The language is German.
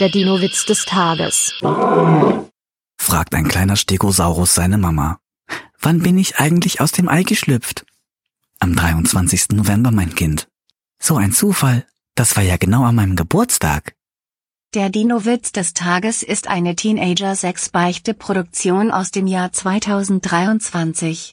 Der Dino-Witz des Tages. fragt ein kleiner Stegosaurus seine Mama. Wann bin ich eigentlich aus dem Ei geschlüpft? Am 23. November, mein Kind. So ein Zufall. Das war ja genau an meinem Geburtstag. Der Dino-Witz des Tages ist eine Teenager-6-Beichte-Produktion aus dem Jahr 2023.